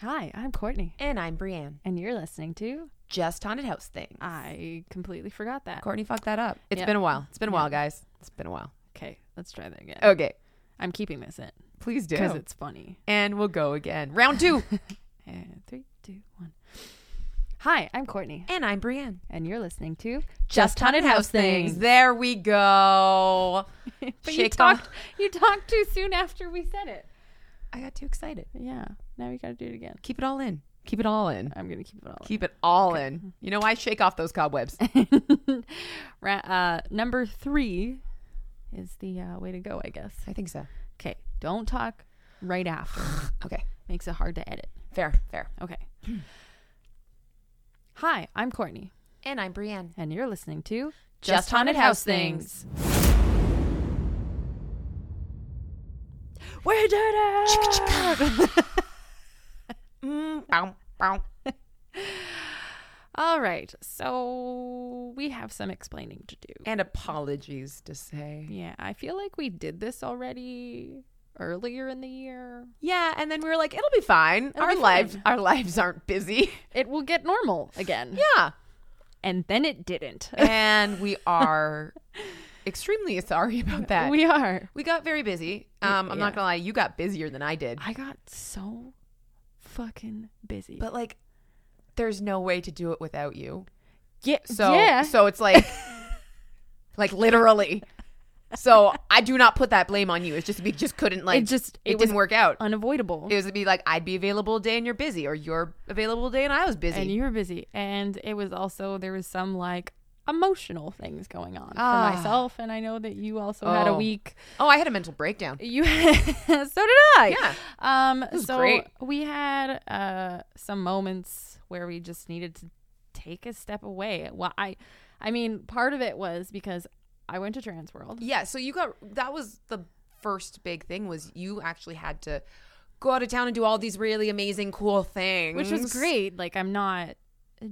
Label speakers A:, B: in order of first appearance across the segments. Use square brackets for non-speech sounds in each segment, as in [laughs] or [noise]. A: Hi, I'm Courtney,
B: And I'm Brienne.
A: and you're listening to
B: Just Haunted House Thing.
A: I completely forgot that.
B: Courtney fucked that up. It's
A: Yeah.
B: been a while. It's been a
A: Yeah.
B: while, guys. It's been a while.
A: Okay, let's try that again.
B: Okay.
A: I'm keeping this in
B: Please do.
A: because it's funny.
B: and we'll go again.
A: [laughs]
B: Round two.
A: And three, two, one. Hi, I'm Courtney,
B: and I'm Brienne.
A: and you're listening to
B: There we go.
A: [laughs] But you
B: Shake
A: talked,
B: off-
A: you talked too soon after we said it.
B: I got too excited.
A: Yeah, now we gotta do it again.
B: Keep it all in. Keep it all in.
A: I'm gonna keep it all.
B: Keep it all in. You know, I shake off
A: [laughs]
B: those cobwebs.
A: in. [laughs] Ra- uh, number three is the uh, way to go, I guess.
B: I think so.
A: Okay, don't talk right after.
B: Okay.
A: Makes it hard to edit.
B: Fair, fair.
A: Okay. [clears throat] Hi, I'm Courtney,
B: And
A: [laughs]
B: I'm Brienne.
A: and you're listening to
B: Just Haunted House Things.
A: We're dirty.
B: Mm, bow, bow.
A: All right, so we have some explaining to do.
B: And apologies to say.
A: Yeah, I feel like we did this already earlier in the year.
B: Yeah, and then we were like, it'll be fine.
A: It'll
B: our
A: be
B: lives
A: fine.
B: our lives aren't busy.
A: It will get normal again.
B: [laughs] Yeah.
A: And then it
B: [laughs]
A: didn't.
B: And we are extremely sorry about that. We,
A: we are.
B: got very busy. Um, I'm
A: yeah.
B: not gonna lie, you got busier than I did.
A: I got so fucking busy.
B: But like there's no way to do it without you.
A: yeah,
B: So
A: yeah.
B: so it's [laughs] like like literally. So I do not put that blame on you. It's just we just couldn't like
A: it just
B: it,
A: it, was
B: didn't work out.
A: unavoidable.
B: it was to be like I'd be available a day and you're busy, or you're available a day and I was busy.
A: and you were busy and it was also there was some like emotional things going on
B: Ah.
A: for myself and i know that you also had a
B: Oh.
A: week
B: oh, I had a mental breakdown.
A: you [laughs] so did i
B: Yeah.
A: um
B: was
A: so
B: great.
A: we had uh some moments where we just needed to take a step away well i i mean part of it was because i went to trans world
B: Yeah, so you got that was the first big thing was you actually had to go out of town and do all these really amazing cool things.
A: which was great like i'm not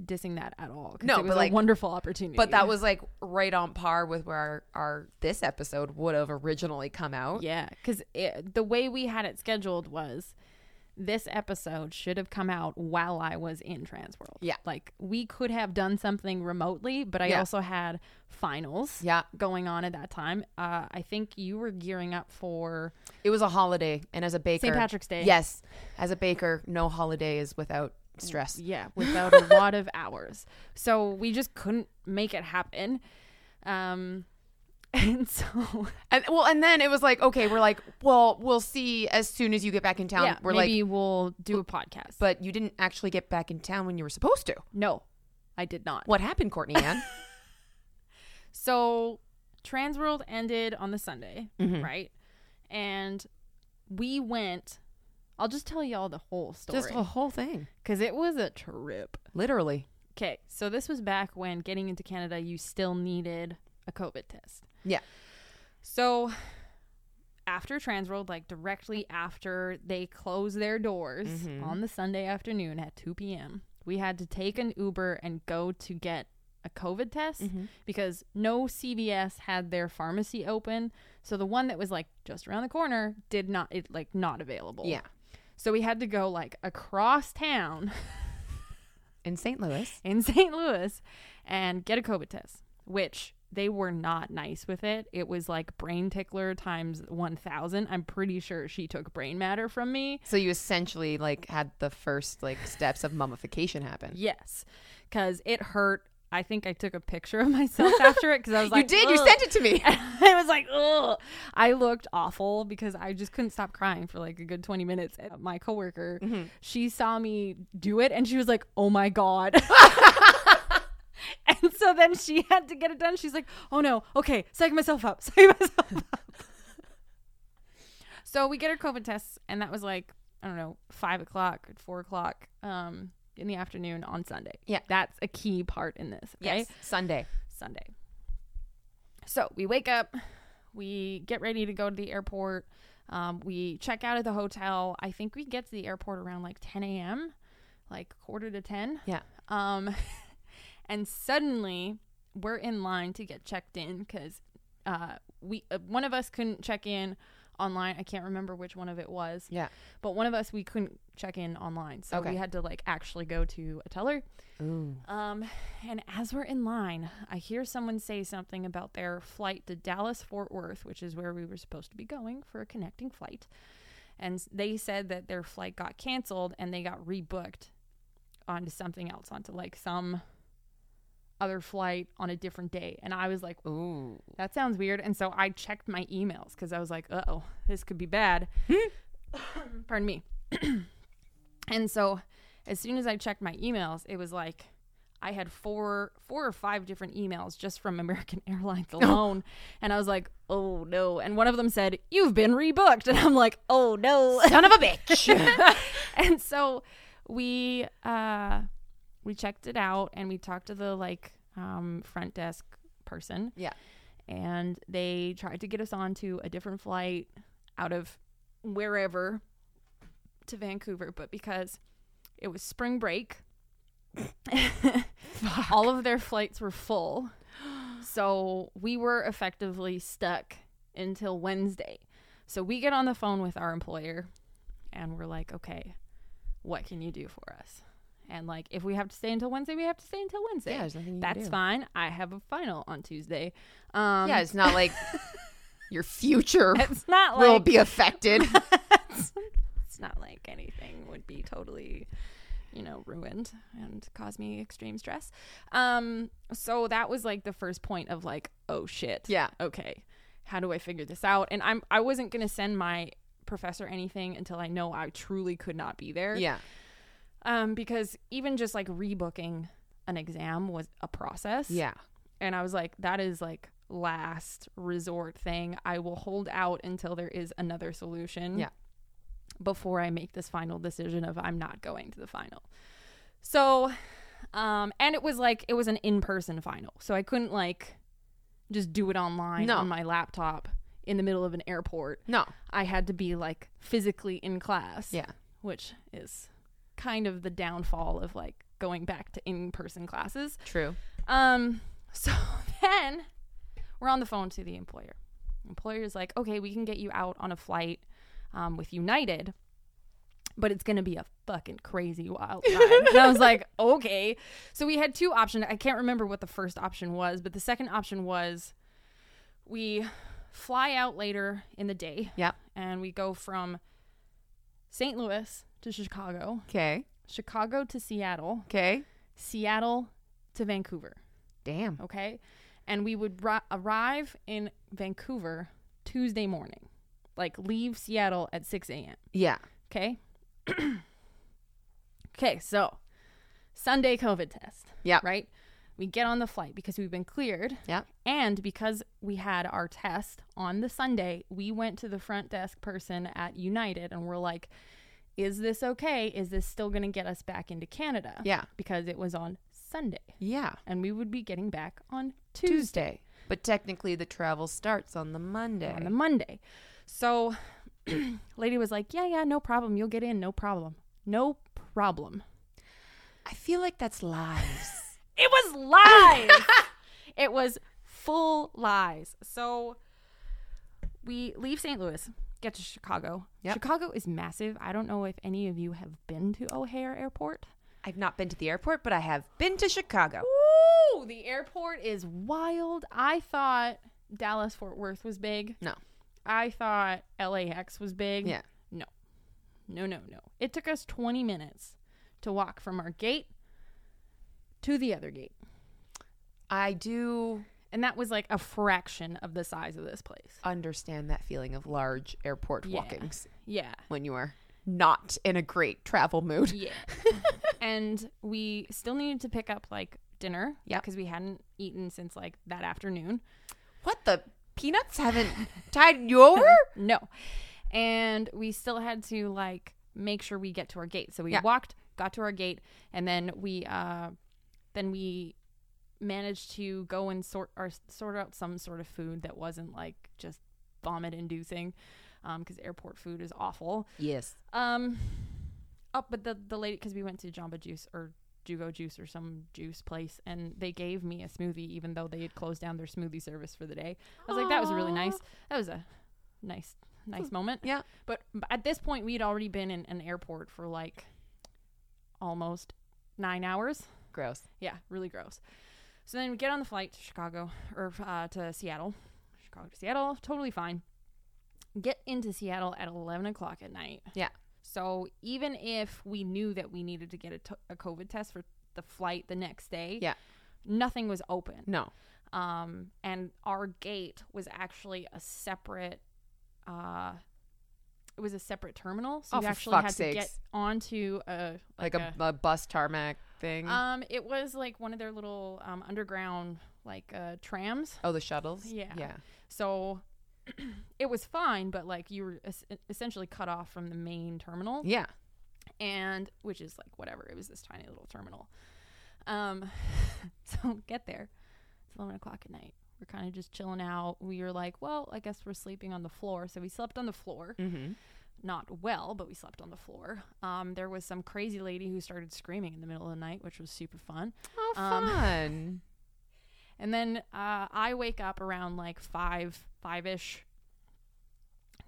A: dissing that at all 'cause
B: No,
A: it was
B: but,
A: a
B: like-
A: wonderful opportunity
B: But that was like right on par with where our, our this episode would have originally come out.
A: Yeah, because the way we had it scheduled was this episode should have come out while I was in Transworld.
B: Yeah.
A: Like we could have done something remotely, but I
B: Yeah.
A: also had finals
B: Yeah.
A: going on at that time. Uh, I think you were gearing up for
B: It was a holiday and as a baker
A: St. Patrick's Day.
B: Yes. As a baker, no holiday is without stress.
A: Yeah,
B: [laughs]
A: without a lot of hours. So we just couldn't make it happen. Um, [laughs] and so
B: And well and then it was like, okay, we're like, well, we'll see as soon as you get back in town.
A: yeah,
B: we're like
A: maybe we'll do a podcast.
B: but you didn't actually get back in town when you were supposed to.
A: no, I did not.
B: What happened,
A: [laughs]
B: Courtney Ann?
A: So Transworld ended on the Sunday,
B: Mhm.
A: right? And we went. I'll just tell y'all the whole story
B: Just a whole thing.
A: because it was a trip.
B: Literally.
A: Okay, so this was back when getting into Canada, you still needed a COVID test.
B: Yeah.
A: So after Transworld, like directly after they closed their doors
B: Mhm.
A: on the Sunday afternoon at 2 p.m., we had to take an Uber and go to get a COVID test
B: Mhm.
A: because no CVS had their pharmacy open. So the one that was like just around the corner did not, it like not available.
B: Yeah.
A: So we had to go like across town
B: in St. Louis.
A: in [laughs] St. Louis and get a COVID test, which they were not nice with it. It was like brain tickler times 1,000. I'm pretty sure she took brain matter from me.
B: So you essentially like had the first like steps of mummification happen.
A: Yes, because it hurt. I think I took a picture of [laughs] myself after it because I was like,
B: you did. You
A: "Ugh."
B: sent it to [laughs] me.
A: [laughs] I was like, ugh. I looked awful because I just couldn't stop crying for like a good 20 minutes. And My coworker, she saw me do it and she was like, oh my God. [laughs] and so then she had to get it done. She's like, oh no, okay, psych myself up, [laughs] psych myself up. so we get her COVID tests and that was like, I don't know, five o'clock, four o'clock um, in the afternoon on Sunday.
B: Yeah.
A: That's a key part in this. Okay?
B: Sunday.
A: Sunday. So we wake up, we get ready to go to the airport. Um, we check out at the hotel. I think we get to the airport around like 10 a.m., like quarter to 10.
B: Yeah.
A: Um, [laughs] and suddenly we're in line to get checked in because uh, we uh, one of us couldn't check in online. I can't remember which one of it was.
B: Yeah.
A: But one of us we couldn't check in online, so
B: Okay.
A: we had to like actually go to a teller.
B: Ooh.
A: Um, and as we're in line, I hear someone say something about their flight to Dallas Fort Worth, which is where we were supposed to be going for a connecting flight. And s- they said that their flight got canceled and they got rebooked onto something else, onto like some other flight on a different day. And I was like,
B: Ooh.
A: that sounds weird. And so I checked my emails because I was like, uh oh, this could be bad.
B: Hmm.
A: [coughs] Pardon me. and so as soon as I checked my emails, it was like I had four four or five different emails just from American [laughs]
B: Oh.
A: Airlines alone. and I was like, oh no. And one of them said, You've been rebooked. And I'm like, oh no.
B: Son of a bitch.
A: [laughs] and so we uh we checked it out and we talked to the like um front desk person
B: yeah.
A: and they tried to get us onto a different flight out of wherever to Vancouver, but because it was spring break, all of their flights were full. So we were effectively stuck until Wednesday. So we get on the phone with our employer and we're like, okay, what can you do for us? And like, if we have to stay until Wednesday, we have to stay until Wednesday.
B: Yeah, there's nothing you can
A: That's
B: do.
A: fine. I have a final on Tuesday. Um,
B: Yeah, it's not [laughs] like your future
A: [laughs] it's not
B: [laughs] will
A: like
B: be [laughs] affected.
A: it's not like anything would be totally, you know, ruined and cause me extreme stress. Um, so that was like the first point of like, oh shit,
B: yeah.
A: okay, how do I figure this out? And I'm I wasn't gonna send my professor anything until I know I truly could not be there.
B: Yeah.
A: Um, because even just like rebooking an exam was a process.
B: Yeah.
A: and I was like, that is like last resort thing. I will hold out until there is another solution.
B: Yeah.
A: Before I make this final decision of I'm not going to the final. So, um, and it was like it was an in-person final, so I couldn't like just do it online
B: No.
A: on my laptop in the middle of an airport.
B: No.
A: I had to be like physically in class.
B: Yeah.
A: Which is kind of the downfall of like going back to in-person classes.
B: True.
A: Um, [laughs] so then we're on the phone to the employer. Employer's like, okay, we can get you out on a flight um, with United, but it's gonna be a fucking crazy wild ride. and I was like, okay. So we had two options. I can't remember what the first option was, but the second option was we fly out later in the day.
B: Yep.
A: And we go from St. Louis to Chicago,
B: Okay.
A: Chicago to Seattle,
B: Okay.
A: Seattle to Vancouver
B: Damn.
A: okay? And we would ri- arrive in Vancouver Tuesday morning, like leave Seattle at 6 a.m.,
B: Yeah.
A: okay? [clears throat] okay, so Sunday COVID test.
B: Yep.
A: Right? We get on the flight because we've been cleared.
B: Yep.
A: And because we had our test on the Sunday, we went to the front desk person at United and we're like, is this okay? Is this still going to get us back into Canada?
B: Yeah.
A: Because it was on Sunday
B: Yeah.
A: and we would be getting back on Tuesday.
B: Tuesday. But technically, the travel starts on the Monday.
A: on the Monday. So [clears throat] lady was like, "Yeah, yeah, no problem. You'll get in, no problem. No problem."
B: I feel like that's lies.
A: It was [laughs] lies. it was full lies. So we leave St. Louis, get to Chicago.
B: Yep.
A: Chicago is massive. I don't know if any of you have been to O'Hare Airport.
B: I've not been to the airport, but I have been to Chicago.
A: Woo! The airport is wild. I thought Dallas Fort Worth was big.
B: No.
A: I thought LAX was big.
B: Yeah.
A: No. No, no, no. It took us 20 minutes to walk from our gate to the other gate.
B: I do
A: And that was like a fraction of the size of this place.
B: understand that feeling of large airport
A: Yeah.
B: walkings
A: Yeah.
B: when you are not in a great travel mood. [laughs]
A: Yeah. and we still needed to pick up like dinner.
B: Yep.
A: Because we hadn't eaten since like that afternoon.
B: What the peanuts haven't tied you over?
A: No. And we still had to like make sure we get to our gate. So we
B: Yeah.
A: walked, got to our gate, and then we uh then we managed to go and sort our sort out some sort of food that wasn't like just vomit inducing um cuz airport food is awful.
B: [laughs] Yes.
A: Um oh, but the the lady cuz we went to Jamba Juice or Jugo Juice or some juice place and they gave me a smoothie even though they had closed down their smoothie service for the day. I was like that was really
B: Aw.
A: nice. That was a nice nice moment.
B: Yeah.
A: But b- at this point, we'd already been in an airport for like almost nine hours.
B: Gross.
A: Yeah, really gross. So then we get on the flight to Chicago or uh, to Seattle. Chicago to Seattle, totally fine. Get into Seattle at 11 o'clock at night.
B: Yeah.
A: So even if we knew that we needed to get a, t- a COVID test for the flight the next day,
B: Yeah.
A: nothing was open
B: No.
A: um, and our gate was actually a separate. Uh, it was a separate terminal, so
B: Oh,
A: you
B: for
A: actually had
B: fuck's
A: to get
B: sakes.
A: onto a
B: Like,
A: like,
B: a, a, bus tarmac thing.
A: a. Um, it was like one of their little um, underground like uh, trams,
B: oh, the shuttles.
A: yeah.
B: Yeah.
A: so [clears throat] it was fine, but like you were es- essentially cut off from the main terminal.
B: Yeah.
A: and which is like whatever it was this tiny little terminal um [laughs] so get there it's 11 o'clock at night we're kind of just chilling out we were like well i guess we're sleeping on the floor so we slept on the floor
B: Mm-hmm.
A: not well but we slept on the floor um there was some crazy lady who started screaming in the middle of the night which was super fun
B: Oh,
A: Um,
B: fun.
A: and then uh, i wake up around like five five-ish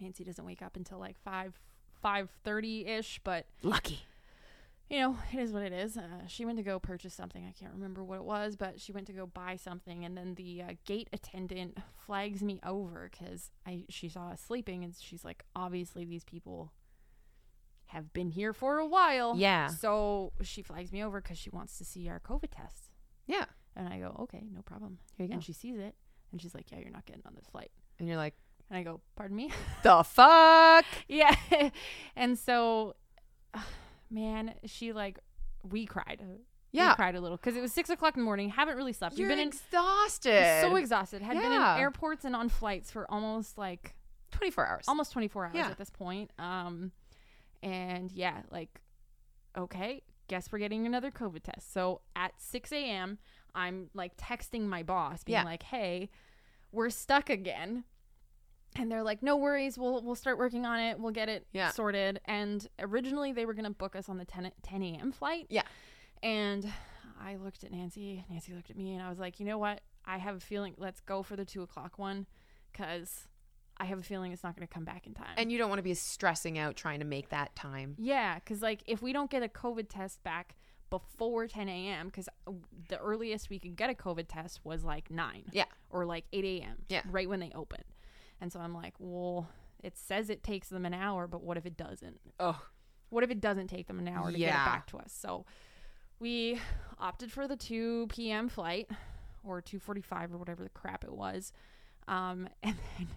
A: nancy doesn't wake up until like five five thirty-ish but
B: Lucky.
A: you know, it is what it is. Uh, she went to go purchase something. I can't remember what it was, but she went to go buy something, and then the uh, gate attendant flags me over because I she saw us sleeping, and she's like, obviously these people have been here for a while.
B: Yeah.
A: So she flags me over because she wants to see our COVID test,
B: Yeah.
A: and I go, okay, no problem.
B: Here you
A: And
B: go.
A: she sees it, and she's like, yeah, you're not getting on this flight.
B: And you're like,
A: And I go, pardon
B: [laughs]
A: me.
B: the fuck?
A: yeah [laughs] and so [sighs] man she like we cried we
B: Yeah.
A: cried a little because it was six o'clock in the morning haven't really slept
B: You're
A: we've been
B: exhausted.
A: in so exhausted had been in
B: Yeah.
A: airports and on flights for almost like
B: 24 hours.
A: almost 24 hours
B: Yeah.
A: at this point um and yeah like okay guess we're getting another covid test so at 6 a.m i'm like texting my boss being
B: Yeah.
A: like hey we're stuck again and they're like no worries we'll we'll start working on it we'll get it
B: Yeah.
A: sorted and originally they were going to book us on the 10 10 a.m flight
B: Yeah.
A: and i looked at nancy nancy looked at me and i was like you know what i have a feeling let's go for the two o'clock one because I have a feeling it's not going to come back in time.
B: And you don't want to be stressing out trying to make that time.
A: yeah, because like if we don't get a COVID test back before 10 a.m., because uh, the earliest we could get a COVID test was like 9
B: Yeah.
A: or like 8 a.m.,
B: Yeah.
A: right when they opened. And so I'm like, well, it says it takes them an hour, but what if it doesn't?
B: Oh.
A: What if it doesn't take them an hour to get
B: Yeah.
A: it back to us? So we opted for the 2 p.m. flight or 2:45 or whatever the crap it was. Um, [laughs] and then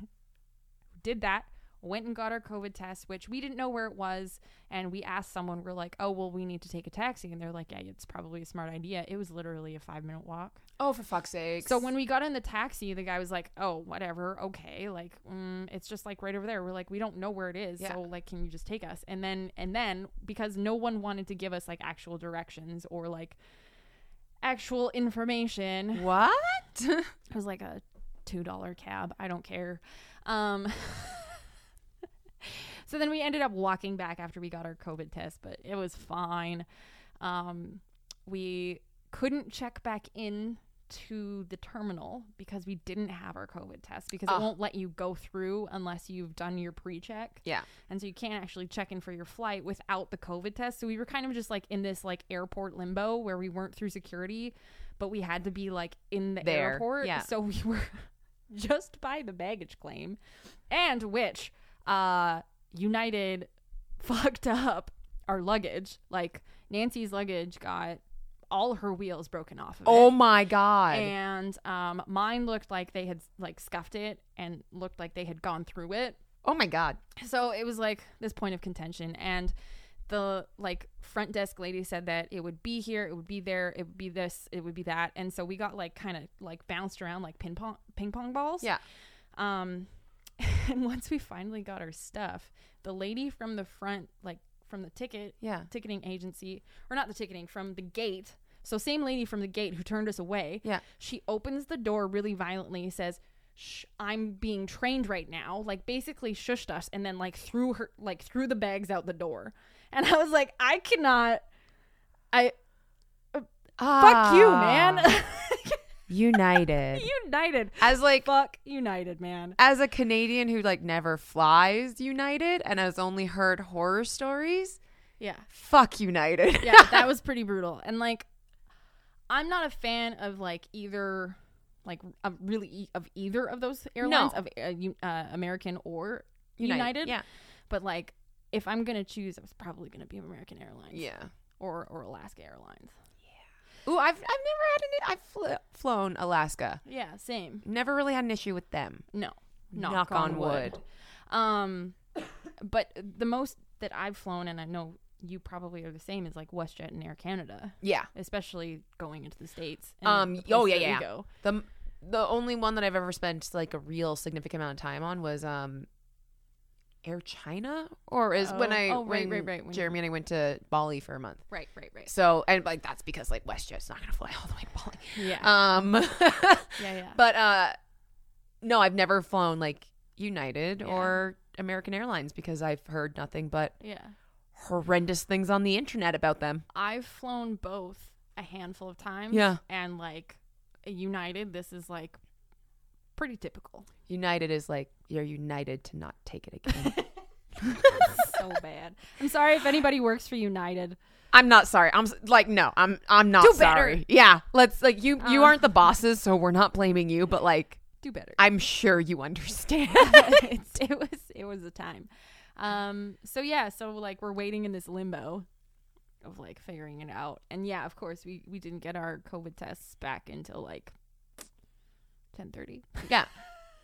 A: did that, went and got our COVID test, which we didn't know where it was, and we asked someone, we're like, "Oh, well, we need to take a taxi." And they're like, "Yeah, it's probably a smart idea." It was literally a 5-minute walk.
B: Oh, for fuck's sake.
A: So when we got in the taxi, the guy was like, "Oh, whatever, okay, like mm, it's just like right over there." We're like, "We don't know where it is,
B: Yeah.
A: so like, can you just take us?" And then and then because no one wanted to give us like actual directions or like actual information,
B: What?
A: it was like a two dollar cab. I don't care. Um, [laughs] so then we ended up walking back after we got our COVID test, but it was fine. Um, we couldn't check back in to the terminal because we didn't have our COVID test because
B: Ah.
A: it won't let you go through unless you've done your pre-check.
B: Yeah.
A: And so you can't actually check in for your flight without the COVID test. So we were kind of just like in this like airport limbo where we weren't through security, but we had to be like in the
B: There,
A: airport.
B: yeah.
A: So we [laughs] were just by the baggage claim and which uh United [laughs] fucked up our luggage. Like Nancy's luggage got all her wheels broken off of
B: Oh
A: it.
B: my God.
A: And um, mine looked like they had like scuffed it and looked like they had gone through it
B: oh my God.
A: so it was like this point of contention and the like front desk lady said that it would be here it would be there it would be this it would be that and so we got like kind of like bounced around like ping pong ping pong balls
B: Yeah.
A: um [laughs] and once we finally got our stuff the lady from the front like from the ticket
B: Yeah.
A: ticketing agency or not the ticketing from the gate so same lady from the gate who turned us away
B: Yeah.
A: she opens the door really violently says Shh, i'm being trained right now like basically shushed us and then like threw her like threw the bags out the door and i was like i uh, cannot i fuck you man
B: Ah. United.
A: [laughs] United.
B: As like
A: Fuck United, man.
B: as a Canadian who like never flies United and has only heard horror stories,
A: Yeah.
B: fuck United. [laughs]
A: Yeah, that was pretty brutal. And like I'm not a fan of like either like of really e- of either of those airlines of uh, U- uh, American or United.
B: Yeah.
A: But like if I'm going to choose, it's probably going to be American Airlines
B: Yeah.
A: or or Alaska Airlines.
B: Ooh, I've I've never had an I've fl- flown Alaska.
A: Yeah, same.
B: Never really had an issue with them.
A: No.
B: Knock on wood.
A: Um, but the most that I've flown, and I know you probably are the same, is like WestJet and Air Canada,
B: Yeah.
A: especially going into the states. and
B: Um.
A: the place
B: Oh yeah,
A: that we
B: yeah.
A: go.
B: The the only one that I've ever spent like a real significant amount of time on was um, Air China, or is when
A: Oh,
B: I
A: oh, right,
B: when
A: right, right, when-
B: Jeremy and I went to Bali for a month.
A: Right, right, right.
B: So and like that's because like WestJet's not gonna fly all the way to Bali.
A: Yeah,
B: Um, [laughs]
A: yeah, yeah.
B: but uh, no, I've never flown like United
A: Yeah.
B: or American Airlines because I've heard nothing but
A: yeah,
B: horrendous things on the internet about them.
A: I've flown both a handful of times.
B: Yeah.
A: and like United, this is like pretty [laughs] typical.
B: United is like you're united to not take it again.
A: so bad. I'm sorry if anybody works for United.
B: I'm not sorry. I'm s- like no. I'm I'm not
A: Do better.
B: sorry. Yeah, let's like you you
A: Uh.
B: aren't the bosses, so we're not blaming you. But like
A: Do better. [laughs]
B: I'm sure you understand.
A: it's, it was it was a time. Um so yeah, so like we're waiting in this limbo of like figuring it out. And yeah, of course we we didn't get our covid tests back until like 10:30.
B: [laughs] yeah.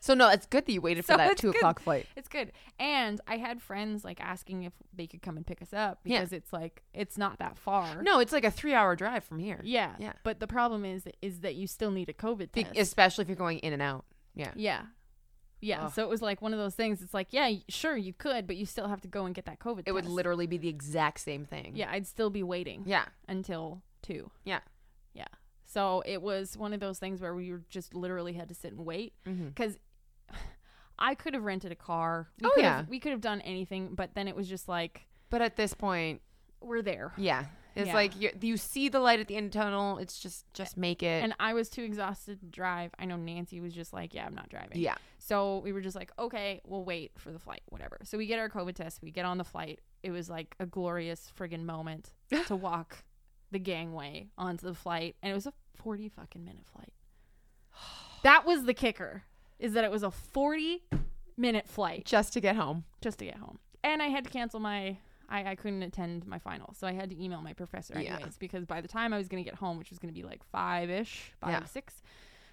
B: So no, it's good that you waited
A: So
B: for that
A: it's
B: two
A: good.
B: o'clock flight.
A: It's good. And I had friends like asking if they could come and pick us up
B: Yeah.
A: because it's like it's not that far.
B: No, it's like a three hour drive from here.
A: Yeah.
B: Yeah.
A: But the problem is is that you still need a covid
B: Be-
A: test.
B: especially if you're going in and out. Yeah.
A: yeah. Yeah,
B: Ugh.
A: so it was like one of those things. It's like, yeah, y- sure, you could, but you still have to go and get that COVID.
B: It would
A: test.
B: literally be the exact same thing.
A: yeah, I'd still be waiting.
B: Yeah.
A: until two.
B: Yeah.
A: Yeah. So it was one of those things where we were just literally had to sit and wait
B: Mhm.
A: because [sighs] I could have rented a car. We
B: Oh,
A: could
B: yeah.
A: have- we could have done anything, but then it was just like
B: But at this point,
A: we're there,
B: yeah, it's
A: Yeah.
B: like you you see the light at the end of the tunnel. It's just just make it.
A: and I was too exhausted to drive. I know Nancy was just like, "Yeah, I'm not driving."
B: yeah.
A: So we were just like, "Okay, we'll wait for the flight, whatever." So we get our COVID test. We get on the flight. It was like a glorious friggin' moment to walk the gangway onto the flight, and it was a forty fucking minute flight. That was the kicker, is that it was a forty minute flight
B: Just to get home.
A: just to get home, and I had to cancel my. I, I couldn't attend my final, so I had to email my professor
B: Yeah.
A: anyways because by the time I was going to get home, which was going to be like five ish, five
B: Yeah.
A: six,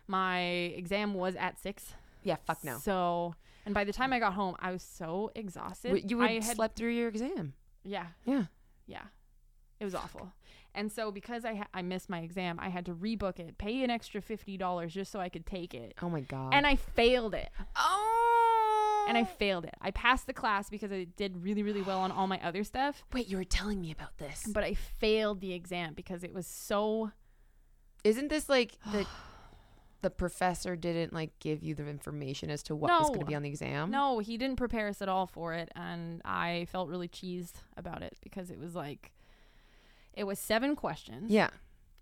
A: my exam was at six.
B: Yeah. Fuck no.
A: So, and by the time I got home, I was so exhausted.
B: W- you would
A: I had,
B: slept through your exam.
A: yeah,
B: Yeah.
A: yeah, it was awful. And so, because I ha- I missed my exam, I had to rebook it, pay an extra fifty dollars just so I could take it,
B: Oh my god.
A: and I failed it.
B: oh.
A: And I failed it. I passed the class because I did really, really well on all my other stuff,
B: wait. You were telling me about this.
A: but I failed the exam because it was so.
B: Isn't this like
A: [gasps]
B: the the professor didn't like give you the information as to what was going to
A: No.
B: be on the exam?
A: No, he didn't prepare us at all for it, and I felt really cheesed about it because it was like, it was seven questions.
B: Yeah.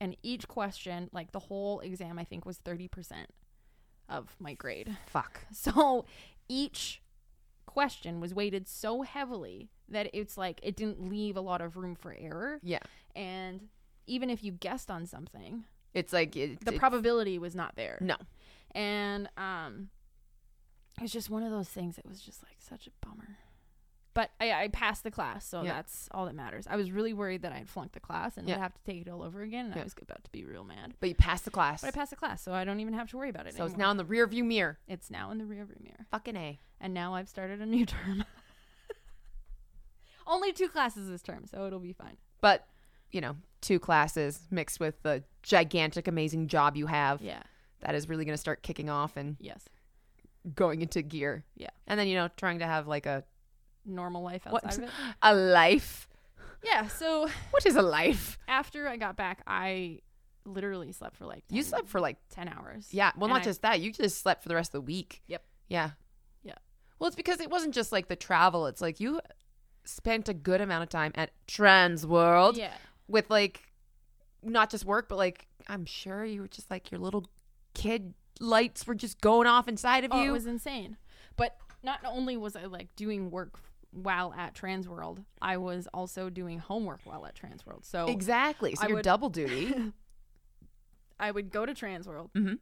A: and each question like the whole exam i think was 30% of my grade [laughs]
B: Fuck.
A: so each question was weighted so heavily that it's like it didn't leave a lot of room for error
B: Yeah.
A: and even if you guessed on something
B: It's like it,
A: the
B: it-
A: probability was not there
B: No.
A: and um it was just one of those things that was just like such a bummer but I, I passed the class, so
B: Yeah.
A: that's all that matters. I was really worried that I had flunked the class and
B: Yeah.
A: would have to take it all over again, and
B: Yeah.
A: I was about to be real mad.
B: But you passed the class.
A: But I passed the class, so I don't even have to worry about it
B: so it's
A: anymore.
B: now in the rear view mirror.
A: it's now in the rearview mirror,
B: Fucking a.
A: and now I've started a new [laughs] term. Only two classes this term, so it'll be fine.
B: But you know, two classes mixed with the gigantic, amazing job you have
A: Yeah.
B: that is really going to start kicking off and
A: Yes.
B: going into gear.
A: Yeah.
B: And then you know, trying to have like a
A: Normal life outside
B: What?
A: of it.
B: [laughs] a life.
A: Yeah. So
B: What is a life?
A: after I got back, I literally slept for like 10,
B: You slept for like
A: ten hours.
B: yeah. Well,
A: And
B: not
A: I-
B: just that. You just slept for the rest of the week.
A: Yep.
B: Yeah.
A: Yeah.
B: Well, it's because it wasn't just like the travel. It's like you spent a good amount of time at Trans World
A: Yeah.
B: with like not just work, but like I'm sure you were just like your little kid lights were just going off inside of
A: Oh,
B: you.
A: it was insane. But not only was I like doing work while at Transworld, I was also doing homework while at Transworld. So
B: exactly. So
A: I
B: you're
A: would-
B: double duty.
A: [laughs] I would go to Transworld.
B: Mhm.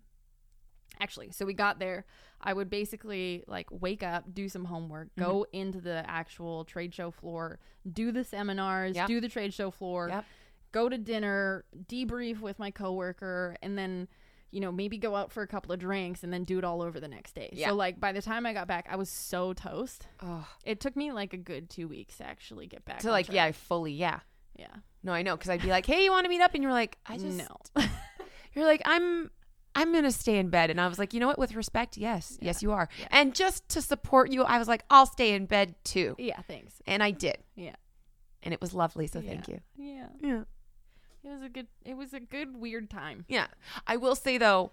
A: Actually, so we got there. I would basically like wake up, do some homework,
B: Mm-hmm.
A: go into the actual trade show floor, do the seminars,
B: Yep.
A: do the trade show floor,
B: Yep.
A: go to dinner, debrief with my coworker, and then you know maybe go out for a couple of drinks and then do it all over the next day.
B: Yeah.
A: So like by the time I got back, I was so toast.
B: oh,
A: It took me like a good two weeks to actually get back.
B: to
A: on
B: like,
A: track.
B: yeah, fully, yeah.
A: yeah,
B: No, I know, because I'd be like, "Hey, you want to meet up?" And you're like, "I just
A: no.
B: You're like, I'm I'm gonna stay in bed. And I was like, you know what, with respect, yes. Yes, you are. And just to support you, I was like, I'll stay in bed too.
A: [laughs] yeah, thanks.
B: And I did.
A: Yeah.
B: And it was lovely, so thank you.
A: Yeah,
B: Yeah.
A: it was a good. It was a good weird time.
B: Yeah. I will say though,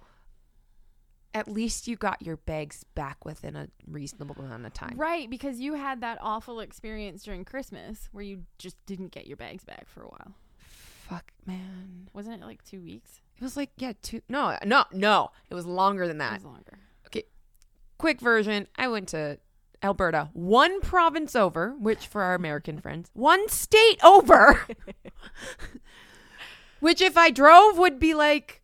B: at least you got your bags back within a reasonable amount of time.
A: Right, because you had that awful experience during Christmas where you just didn't get your bags back for a while.
B: Fuck man.
A: Wasn't it like two weeks?
B: It was like, yeah, two no, no, no. It was longer than
A: It
B: that.
A: was longer.
B: quick version i went to alberta one province over which for our american friends one state over which if i drove would be like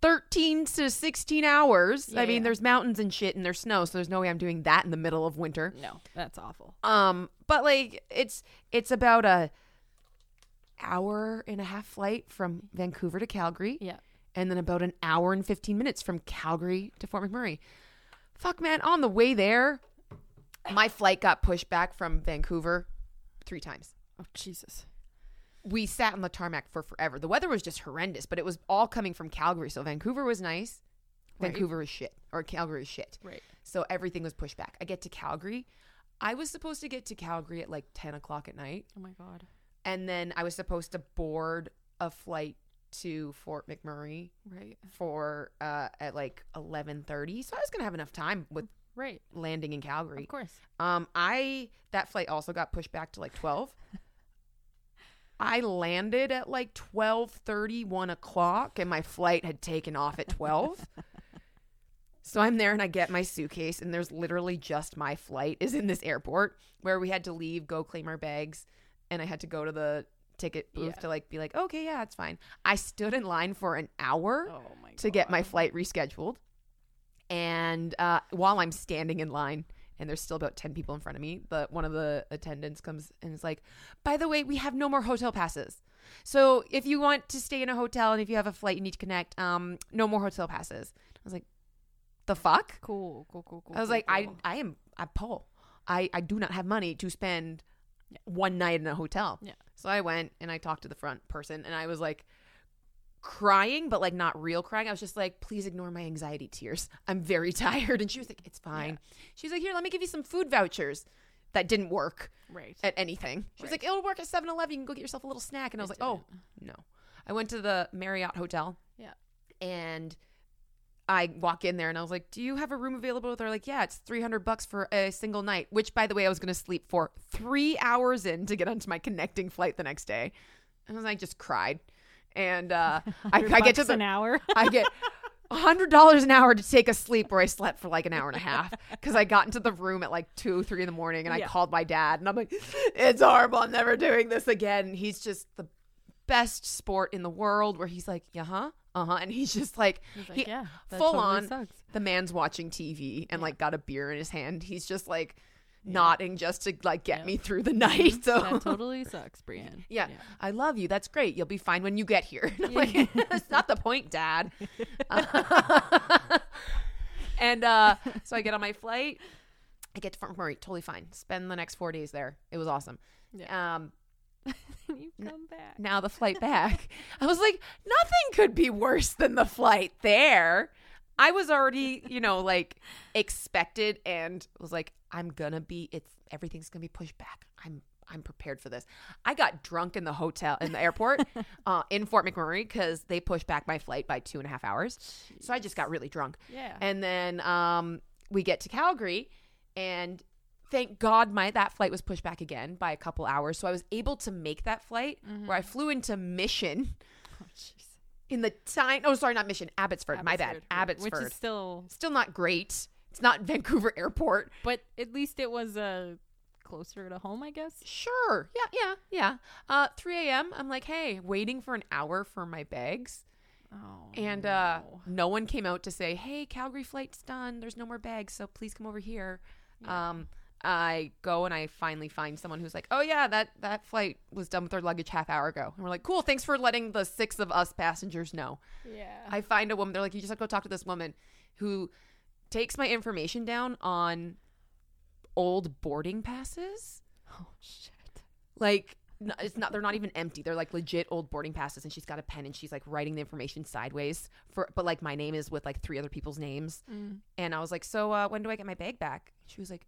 B: 13 to 16 hours i
A: Yeah,
B: mean
A: yeah.
B: there's mountains and shit and there's snow so there's no way i'm doing that in the middle of winter
A: No, that's awful.
B: um but like it's it's about a hour and a half flight from vancouver to calgary
A: Yeah.
B: and then about an hour and 15 minutes from Calgary to Fort McMurray. Fuck, man, on the way there, my flight got pushed back from Vancouver three times.
A: Oh Jesus.
B: We sat on the tarmac for forever. The weather was just horrendous, but it was all coming from Calgary. So Vancouver was nice.
A: Right.
B: Vancouver is shit, or Calgary is shit.
A: Right.
B: So everything was pushed back. I get to Calgary. I was supposed to get to Calgary at like 10 o'clock at night
A: Oh my God.
B: and then I was supposed to board a flight to Fort McMurray
A: Right.
B: for uh, at like eleven thirty. So I was gonna have enough time with
A: Right.
B: landing in
A: Of
B: Calgary.
A: course.
B: Um, I that flight also got pushed back to
A: [laughs]
B: like twelve. I landed at like 12:30, 1 o'clock, and my flight had taken off at 12.
A: [laughs]
B: so I'm there and I get my suitcase, and there's literally just my flight is in this airport where we had to leave, go claim our bags, and I had to go to the ticket booth
A: Yeah.
B: to like be like, okay, yeah, it's fine. I stood in line for an hour
A: Oh my God.
B: to get my flight rescheduled. And uh, while I'm standing in line, and there's still about ten people in front of me, but one of the attendants comes and is like, "By the way, we have no more hotel passes. So if you want to stay in a hotel and if you have a flight you need to connect, um, no more hotel passes." I was like, "The fuck?"
A: cool, cool, cool, cool.
B: I was
A: cool,
B: like, "I
A: cool.
B: I am I poor. I I do not have money to spend one night in a hotel."
A: Yeah.
B: So I went and I talked to the front person and I was like crying, but like not real crying. I was just like, please ignore my anxiety tears. I'm very [laughs] tired. And she was like, it's fine. She's like, here, let me give you some food vouchers. That didn't work
A: right.
B: at anything. She was like, it'll work at 7 Eleven. You can go get yourself a little snack. And I was like, oh, no. I went to the Marriott Hotel.
A: Yeah.
B: And I walk in there and I was like, do you have a room available? They're like, yeah, it's 300 bucks for a single night, which by the way, I was going to sleep for three hours in to get onto my connecting flight the next day. And I just cried. And uh, I, I get to
A: Bucks
B: the
A: an hour.
B: I get hundred dollars an hour to take a sleep where I slept for like an hour and a half because I got into the room at like two, three in the morning, and
A: Yeah.
B: I called my dad, and I'm like, "It's horrible. I'm never doing this again." And he's just the best sport in the world, where he's like, "Yeah, huh, uh huh," and he's just like,
A: He's [laughs] like,
B: he-
A: yeah. That
B: full
A: totally
B: on.
A: Sucks.
B: The man's watching TV and like got a beer in his hand. He's just like nodding just to like get
A: Yeah.
B: me through the night. [laughs] So
A: That totally sucks, Brienne.
B: [laughs] yeah. I love you. That's great. You'll be fine when you get here. [laughs] And I'm like, that's not the point, Dad. [laughs] and uh, so I get on my flight. I get to Fort McMurray, totally fine. Spend the next four days there. It was awesome. Um,
A: you come back.
B: now the flight back. I was like, nothing could be worse than the flight there. I was already, you know, like expected and was like, I'm gonna be it's everything's gonna be pushed back. I'm I'm prepared for this. I got drunk in the hotel in the airport uh, in Fort McMurray because they pushed back my flight by two and a half hours. So I just got really drunk.
A: Yeah.
B: And then um, we get to Calgary, and thank God my that flight was pushed back again by a
A: Mm-hmm.
B: couple hours, so I was able to make that flight where I flew into Mission, [laughs]
A: oh, jeez.
B: in the tiny. Oh, sorry, not Mission. Abbotsford. My bad.
A: Which
B: Abbotsford.
A: is still,
B: Still not great. It's not [laughs] Vancouver Airport.
A: but at least it was uh, closer to home, I guess.
B: Sure. Yeah, yeah, yeah. Uh, 3 a.m. I'm like, hey, waiting for an hour for my bags.
A: Oh,
B: And uh,
A: no.
B: no one came out to say, "Hey, Calgary flight's done. There's no more bags, so please come over here." Um, I go and I finally find someone who's like, "Oh yeah, that that flight was done with their luggage half hour ago." And we're like, "Cool, thanks for letting the six of us passengers know."
A: yeah.
B: I find a woman. They're like, "You just have to go talk to this woman who takes my information down on old boarding passes."
A: oh shit.
B: like n- it's not they're not even empty they're like legit old boarding passes and she's got a pen and she's like writing the information sideways for but like my name is with like three other people's names
A: Mm,
B: and i was like so uh, when do i get my bag back she was like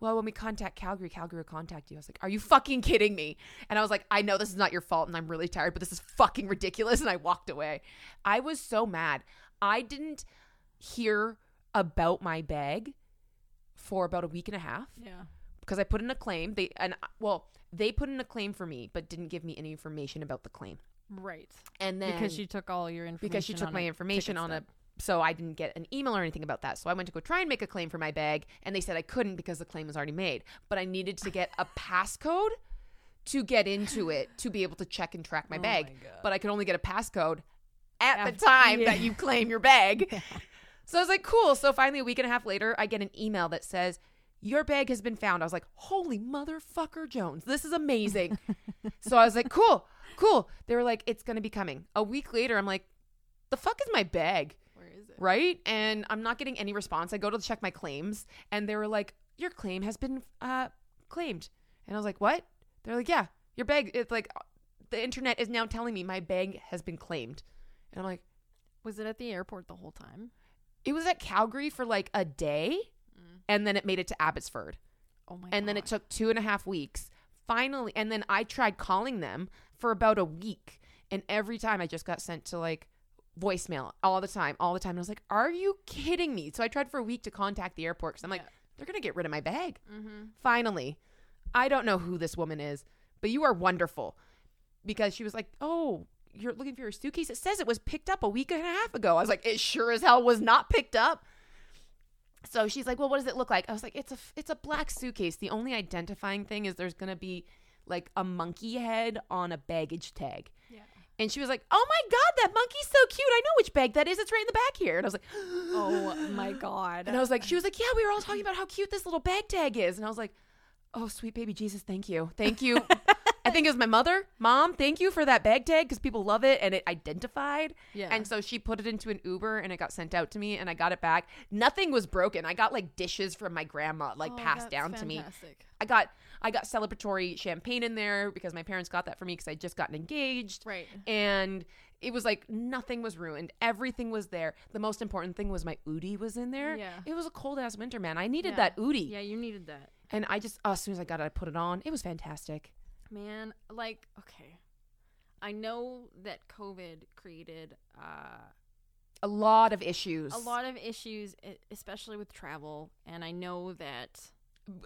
B: well when we contact calgary calgary will contact you i was like are you fucking kidding me and i was like i know this is not your fault and i'm really tired but this is fucking ridiculous [laughs] and i walked away i was so mad i didn't hear about my bag for about a week and a half
A: Yeah.
B: because I put in a claim. They and well, they put in a claim for me, but didn't give me any information about the claim.
A: Right.
B: And then
A: because she took all your information.
B: because she took
A: on
B: my
A: a
B: information
A: ticket
B: on a
A: stub.
B: so I didn't get an email or anything about that. So I went to go try and make a claim for my bag, and they said I couldn't because the claim was already made. But I needed to get
A: [sighs]
B: a passcode to get into it to be able to check and track my
A: Oh
B: bag. but I could only get a passcode at
A: After-
B: the time
A: yeah.
B: that you claim
A: [laughs]
B: your bag. So I was like, cool. So finally, a week and a half later, I get an email that says, Your bag has been found. I was like, Holy motherfucker, Jones. This
A: [laughs]
B: is amazing. so I was like, Cool, cool. They were like, It's going to be coming. A week later, I'm like, The fuck is my bag?
A: Where is it?
B: Right? And I'm not getting any response. I go to check my claims, and they were like, Your claim has been uh, claimed. And I was like, What? They're like, Yeah, your bag. It's like, the internet is now telling me my bag has been claimed. And I'm like,
A: Was it at the airport the whole time?
B: it was at Calgary for like a day, and then it made it to Abbotsford,
A: Oh my.
B: and then it took two and a half weeks. Finally, and then I tried calling them for about a week, and every time I just got sent to like voicemail all the time, all the time. And I was like, "Are you kidding me?" So I tried for a week to contact the airport because I'm like,
A: Yeah.
B: "They're gonna get rid of my bag."
A: Mm-hmm.
B: Finally, I don't know who this woman is, but you are wonderful because she was like, "Oh." You're looking for your suitcase. It says it was picked up a week and a half ago. I was like, it sure as hell was not picked up. So she's like, "Well, what does it look like?" I was like, "It's a it's a black suitcase. The only identifying thing is there's gonna be like a monkey head on a baggage tag."
A: Yeah.
B: And she was like, "Oh my god, that monkey's so cute! I know which bag that is. It's right in the back here." And I was like,
A: [laughs]
B: [gasps]
A: Oh my god.
B: and I was like, she was like, yeah, we were all talking about how cute this little bag tag is. And I was like, oh, sweet baby Jesus, thank you. Thank you. I think it was my mother, mom, thank you for that bag tag because people love it and it identified.
A: Yeah.
B: And so she put it into an Uber and it got sent out to me and I got it back. Nothing was broken. I got like dishes from my grandma, like
A: Oh,
B: passed
A: that's
B: down to me.
A: fantastic.
B: I got I got celebratory champagne in there because my parents got that for me because I'd just gotten engaged
A: Right.
B: and it was like nothing was ruined. Everything was there. The most important thing was my Udi was in there.
A: Yeah.
B: It was a cold ass winter, man. I needed
A: Yeah.
B: that Udi.
A: Yeah, you needed that.
B: And I just, oh, as soon as I got it, I put it on. It was fantastic.
A: Man, like, okay. I know that COVID created uh,
B: A lot of issues.
A: a lot of issues, e- especially with travel. And I know that,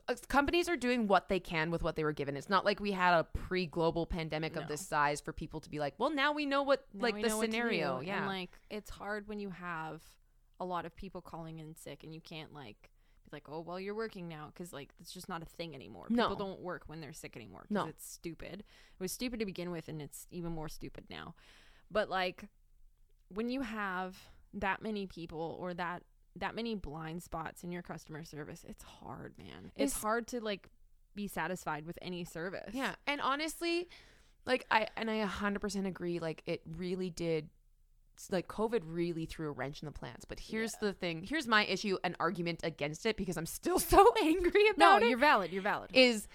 B: Uh, Companies are doing what they can with what they were given. It's not like we had a pre global pandemic
A: No.
B: of this size for people to be like, well, now we know what,
A: now
B: like,
A: I
B: the
A: know what to do,
B: scenario. Yeah.
A: And, like, it's hard when you have a lot of people calling in sick and you can't, like, be like, oh, well, you're working now. Cause, like, it's just not a thing anymore.
B: No.
A: People don't work when they're sick anymore. 'cause
B: No.
A: It's stupid. It was stupid to begin with and it's even more stupid now. But, like, when you have that many people or that that many blind spots in your customer service it's hard man it's,
B: It's-
A: hard to like be satisfied with any service
B: Yeah, and honestly, like I and I 100% agree. Like it really did. s- Like COVID really threw a wrench in the plans. But here's the thing. Here's my issue and argument against it because I'm still [laughs] so angry
A: no
B: about it.
A: you're valid you're valid
B: Is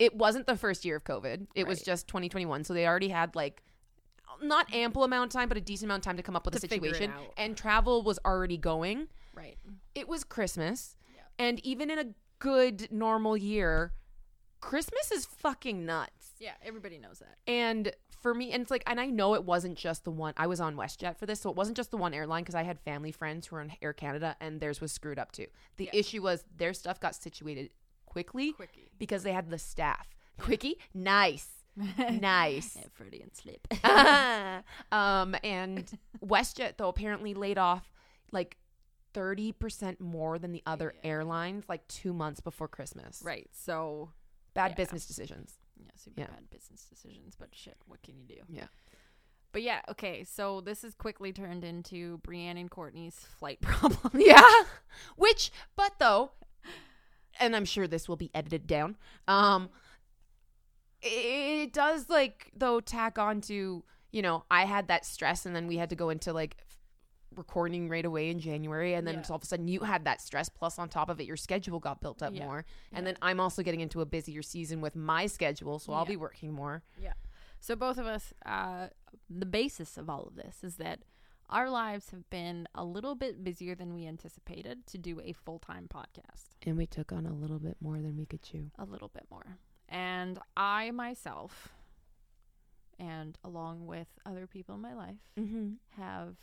B: it wasn't the first year of COVID. It was
A: Right.
B: just 2021. So they already had like not ample amount of time, but a decent amount of time to come up with
A: To
B: a
A: figure it
B: situation.
A: out.
B: And travel was already going
A: right
B: it was Christmas.
A: Yeah.
B: And even in a good normal year, Christmas is fucking nuts.
A: yeah everybody knows that
B: And for me, and it's like, and I know it wasn't just the one. I was on WestJet for this, so it wasn't just the one airline because I had family friends who were on Air Canada, and theirs was screwed up too. The issue was their stuff got situated quickly
A: quickie [laughs]
B: because they had the staff. Quickie, nice. [laughs] nice.
A: Freudian [laughs] slip.
B: [laughs] um, and WestJet though apparently laid off like thirty percent more than the other
A: Yeah.
B: airlines like two months before Christmas.
A: right. So
B: Bad
A: Yeah.
B: business decisions.
A: yeah, super
B: Yeah.
A: bad business decisions, but shit, what can you do?
B: Yeah.
A: But yeah, okay, so this has quickly turned into Brienne and Courtney's flight [laughs] problem.
B: [laughs] Yeah. Which, but though, and I'm sure this will be edited down. Um, it does like though tack on to you know I had that stress, and then we had to go into like f- recording right away in January, and then
A: Yeah.
B: it's all of a sudden you had that stress. Plus, on top of it, your schedule got built up
A: Yeah.
B: more, and then I'm also getting into a busier season with my schedule, so I'll
A: Yeah.
B: be working more.
A: So both of us, uh, the basis of all of this is that our lives have been a little bit busier than we anticipated to do a full time podcast.
B: And we took on a little bit more than we could chew.
A: a little bit more. And I myself, and along with other people in my life,
B: Mm-hmm.
A: have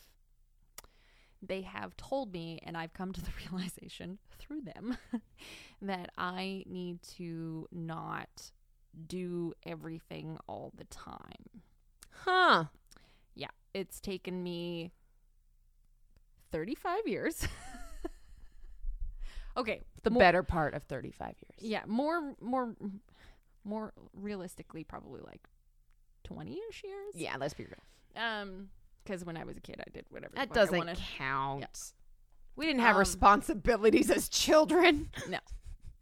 A: they have told me, and I've come to the [laughs] realization through them [laughs] that I need to not do everything all the time.
B: Huh?
A: It's taken me 35 years. [laughs] okay,
B: The
A: More-
B: better part of 35 years.
A: yeah more more more realistically probably like 20ish years
B: Yeah, let's be real.
A: um because when i was a kid i did whatever the
B: That
A: fuck I
B: doesn't
A: wanted.
B: count. We didn't have
A: Um,
B: responsibilities as children.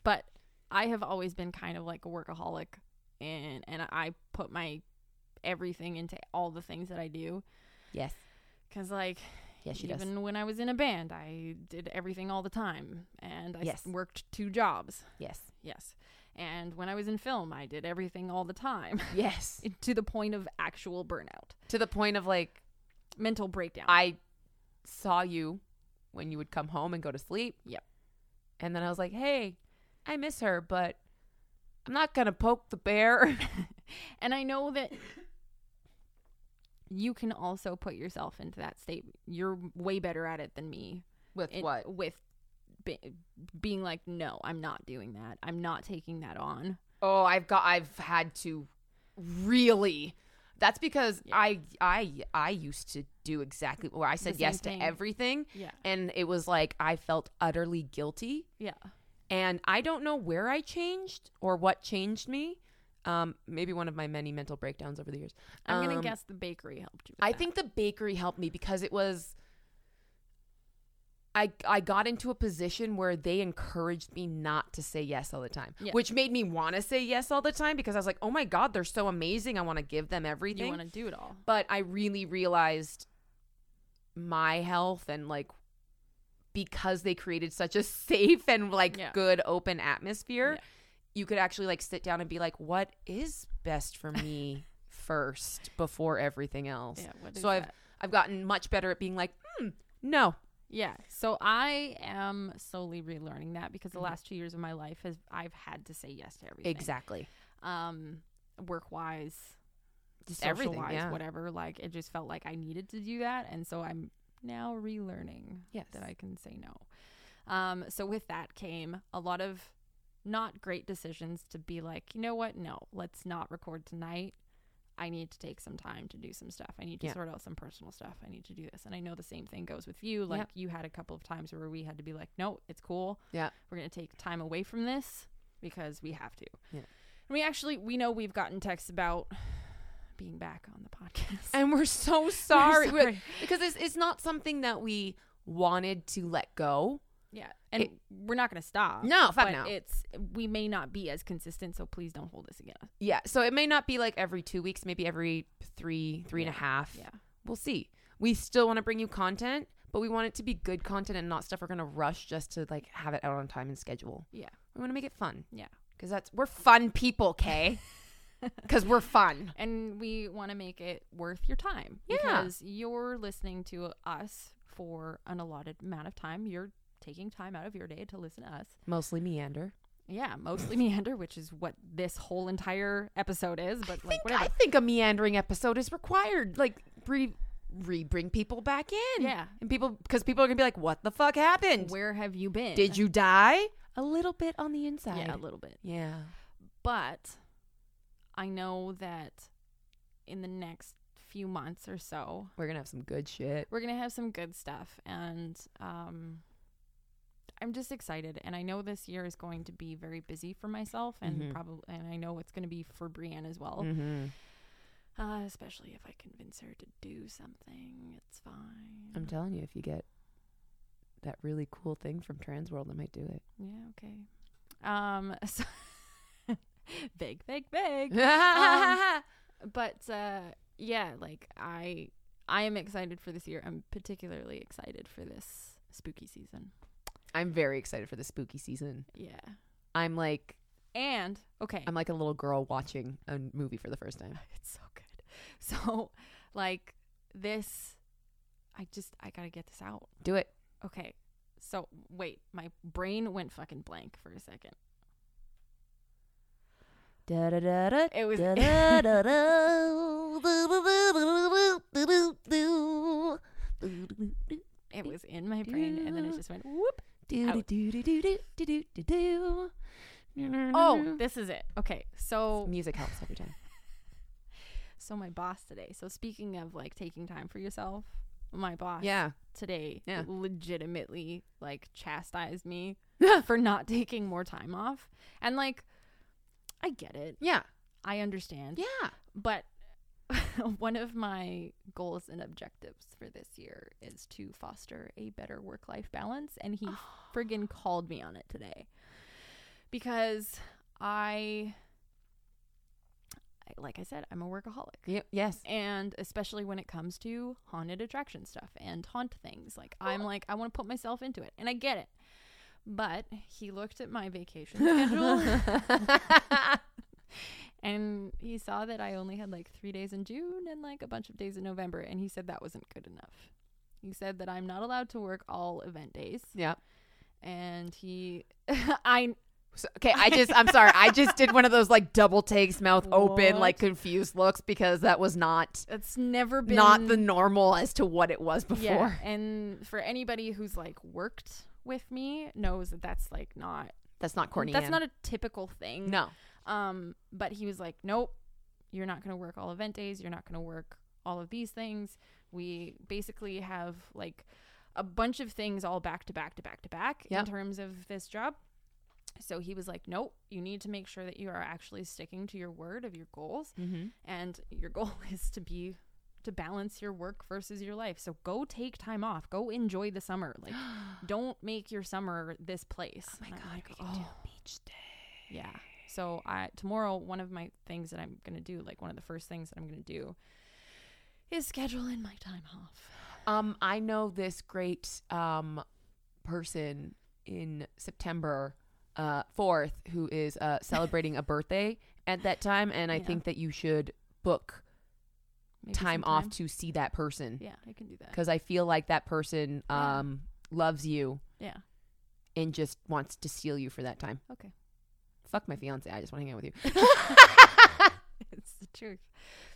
A: but i have always been kind of like a workaholic and and i put my everything into all the things that i do
B: Yes.
A: because like
B: Yes, she
A: even
B: does.
A: when i was in a band i did everything all the time and i s-
B: Yes.
A: worked two jobs
B: Yes.
A: yes and when i was in film i did everything all the time [laughs]
B: Yes.
A: to the point of actual burnout
B: [laughs] to the point of like,
A: mental breakdown
B: I saw you when you would come home and go to sleep.
A: Yep.
B: And then I was like, hey, I miss her, but I'm not going to poke the bear. [laughs]
A: And I know that you can also put yourself into that state. You're way better at it than me.
B: With
A: in- With be- being like, no, I'm not doing that. I'm not taking that on.
B: Oh, I've got I've had to really that's because
A: Yeah.
B: I I I used to do exactly where I said
A: same
B: yes
A: thing.
B: to everything
A: Yeah.
B: and it was like I felt utterly guilty
A: Yeah.
B: and I don't know where I changed or what changed me. Um, maybe one of my many mental breakdowns over the years.
A: I'm going
B: Um,
A: to guess the bakery helped you. with
B: I
A: that.
B: think the bakery helped me because it was. I I got into a position where they encouraged me not to say yes all the time,
A: Yeah.
B: which made me want to say yes all the time because I was like, oh my god, they're so amazing. I want to give them
A: you
B: everything.
A: want to do it all.
B: but I really realized my health and like because they created such a [laughs] safe and like
A: Yeah.
B: good open atmosphere,
A: Yeah.
B: you could actually like sit down and be like, what is best
A: [laughs]
B: for me first before everything else.
A: Yeah. What is
B: So I've
A: that?
B: I've gotten much better at being like, hmm, no,
A: Yeah. So I am slowly relearning that because the
B: Mhm.
A: last two years of my life has I've had to say yes to everything.
B: exactly,
A: Um, work wise,
B: just
A: social
B: everything,
A: wise,
B: yeah,
A: whatever. Like it just felt like I needed to do that, and so I'm now relearning
B: yes,
A: that I can say no. Um, so with that came a lot of not great decisions to be like, you know what? No, let's not record tonight. I need to take some time to do some stuff. I need to
B: Yeah.
A: sort out some personal stuff. I need to do this. And I know the same thing goes with you. Like you had a couple of times where we had to be like, no, it's cool.
B: Yeah.
A: We're going to take time away from this because we have to.
B: Yeah.
A: And we actually, we know we've gotten texts about being back on the podcast.
B: [laughs] and we're
A: [laughs]
B: so
A: We're
B: sorry, We're- because it's it's not something that we wanted to let go.
A: Yeah, and
B: It-
A: we're not going to stop.
B: No,
A: Uh,
B: fuck
A: but
B: no.
A: It's we may not be as consistent, so please don't hold us again.
B: Yeah, so it may not be like every two weeks, maybe every three, three and a
A: Yeah,
B: half.
A: yeah.
B: we'll see. We still want to bring you content, but we want it to be good content and not stuff we're gonna rush just to like have it out on time and schedule.
A: Yeah.
B: we want to make it fun.
A: Yeah.
B: because that's we're fun
A: [laughs]
B: people, okay? Because we're fun.
A: And we want to make it worth your time
B: Yeah.
A: because you're listening to us for an allotted amount of time. You're taking time out of your day to listen to us.
B: Mostly meander.
A: Yeah,
B: [laughs]
A: mostly meander, which is what this whole entire episode is. But like
B: I
A: whatever.
B: think a meandering episode is required. Like re re bring people back in.
A: Yeah.
B: And people because people are gonna be like, What the fuck happened?
A: Where have you been?
B: Did you die? A little bit on the inside.
A: Yeah, a little bit.
B: Yeah.
A: But I know that in the next few months or so,
B: We're gonna have some good shit.
A: we're gonna have some good stuff, and um, I'm just excited. And I know this year is going to be very busy for myself, and
B: Mhm.
A: probably, and I know it's gonna be for Brienne as well. Uh, especially if I convince her to do something, it's fine.
B: I'm telling you, if you get that really cool thing from Trans World, I might do
A: [laughs]
B: it.
A: yeah, okay. Um, [laughs] so big, big, big. Um, but uh yeah like i i am excited for this year i'm particularly excited for this spooky season
B: [laughs] I'm very excited for the spooky season.
A: yeah
B: I'm like
A: and okay
B: I'm like a little girl watching a movie for the first time.
A: it's so good [laughs] so like this i just i gotta get this out
B: Do it.
A: okay so wait my brain went fucking blank for a second
B: Da da da da.
A: it was [laughs] it was in my brain and then [laughs] it just went whoop
B: [laughs]
A: [laughs] oh this is it okay so
B: Music helps every time.
A: so my boss today so speaking of like taking time for yourself my boss
B: Yeah.
A: today
B: Yeah.
A: legitimately like chastised
B: [laughs]
A: me for not taking more time off and like i get it
B: Yeah.
A: i understand
B: Yeah.
A: but [laughs] one of my goals and objectives for this year is to foster a better work life balance and he friggin called me on it today because i I- like i said i'm a workaholic
B: Yep. Yes.
A: and especially when it comes to haunted attraction stuff and haunt things like i'm like i want to put myself into it and i get it but he looked at my vacation
B: [laughs]
A: schedule and he saw that i only had like three days in june and like a bunch of days in november and he said that wasn't good enough he said that i'm not allowed to work all event days
B: Yeah.
A: and he [laughs] i
B: So, okay, I just I'm sorry. I just did one of those like double takes, mouth open,
A: What?
B: like confused looks because that was not
A: it's never been
B: not the normal as to what it was before.
A: Yeah, and for anybody who's like worked with me knows that that's like not
B: That's not Courtney.
A: that's
B: Ann.
A: not a typical thing.
B: no.
A: Um, but he was like, nope, you're not going to work all event days. You're not going to work all of these things. We basically have like a bunch of things all back to back to back to back
B: Yeah.
A: in terms of this job. So he was like, nope, you need to make sure that you are actually sticking to your word of your goals.
B: Mm-hmm.
A: And your goal [laughs] is to be to balance your work versus your life. So go take time off. Go enjoy the summer. [gasps] Like don't make your summer this place. Oh my god,
B: we could do Beach day.
A: yeah. So I tomorrow one of my things that I'm gonna do, like one of the first things that I'm gonna do, is schedule in my time off.
B: Um, I know this great um person in September uh fourth who is uh celebrating a birthday at that time, and I
A: Yeah.
B: think that you should book
A: Maybe
B: time off
A: sometime.
B: to see that person
A: Yeah, I can do that.
B: because I feel like that person
A: Yeah.
B: um loves you
A: Yeah. [laughs]
B: and just wants to steal you for that time.
A: Okay.
B: Fuck my fiance. I just want to hang out with you.
A: it's the truth.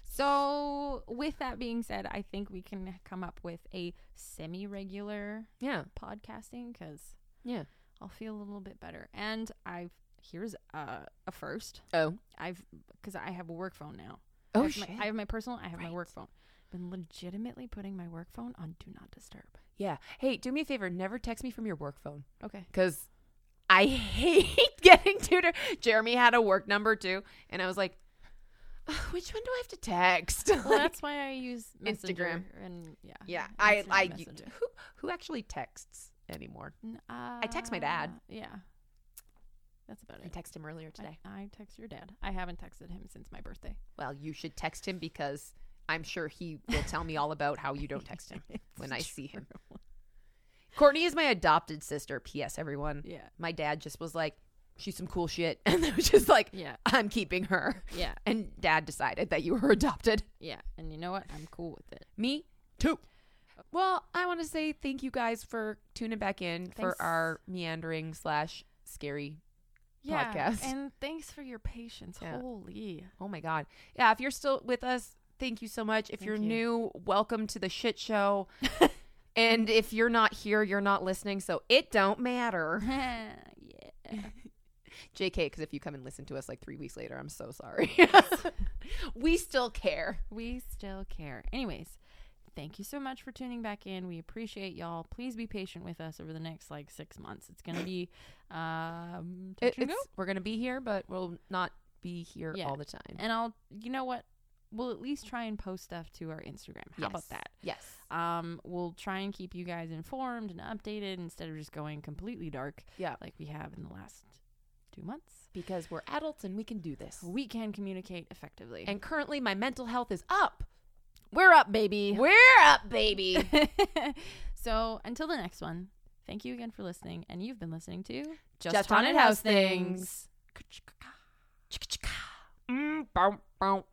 A: So with that being said, I think we can come up with a semi-regular
B: Yeah.
A: podcasting because
B: Yeah.
A: I'll feel a little bit better. And I've here's a, a first.
B: Oh.
A: I've because I have a work phone now. I
B: Oh
A: have
B: shit.
A: My, I have my personal. I have my
B: Right.
A: work phone. Been legitimately putting my work phone on do not disturb.
B: yeah. Hey, do me a favor. Never text me from your work phone.
A: Okay.
B: because I [laughs] hate getting tutor. Jeremy had a work number too, and I was like, "Ugh, which one do I have to text? [laughs]
A: Well, that's why I use Messenger
B: Instagram.
A: and yeah.
B: yeah, I
A: Instagram
B: I
A: Messenger.
B: who who actually texts anymore?
A: N-
B: text my dad.
A: uh, Yeah. That's about
B: I
A: it.
B: texted him earlier today.
A: I, I text your dad. I haven't texted him since my birthday.
B: Well, you should text him because I'm sure he will tell me all about how you don't
A: [laughs]
B: text him when I see him. Courtney is my adopted sister. P.S. Everyone,
A: Yeah.
B: my dad just was like, "She's some cool shit," [laughs] and they were just like,
A: Yeah.
B: "I'm keeping her."
A: Yeah.
B: And dad decided that you were adopted.
A: Yeah. And you know what? I'm cool with it.
B: Me too. Well, I want to say thank you guys for tuning back in
A: Thanks.
B: for our meandering slash scary.
A: Yeah.
B: Podcast.
A: And thanks for your patience.
B: Yeah.
A: [laughs] Holy.
B: Oh my god, yeah! If you're still with us, thank you so much. If you're
A: you.
B: new, welcome to the shit
A: [laughs]
B: show. and if you're not here, you're not listening, so it don't matter.
A: yeah.
B: JK, because if you come and listen to us like three weeks later, I'm so [laughs] sorry. we still care.
A: We still care. Anyways, thank you so much for tuning back in. We appreciate y'all. Please be patient with us over the next like six months. It's gonna be [laughs] um touch
B: It-
A: and go.
B: it's- we're gonna be here, but we'll not be here
A: Yeah.
B: all the time.
A: And I'll you know what? We'll at least try and post stuff to our Instagram. How about
B: Yes.
A: that?
B: Yes.
A: Um, we'll try and keep you guys informed and updated instead of just going completely dark.
B: Yeah.
A: Like we have in the last two months.
B: Because we're adults and we can do this.
A: We can communicate effectively.
B: And currently, my mental health is up.
A: we're up, baby.
B: We're up, [laughs] baby.
A: [laughs] so until the next one, thank you again for listening. And you've been listening to
B: Just Haunted House Things. Mm, bow, bow.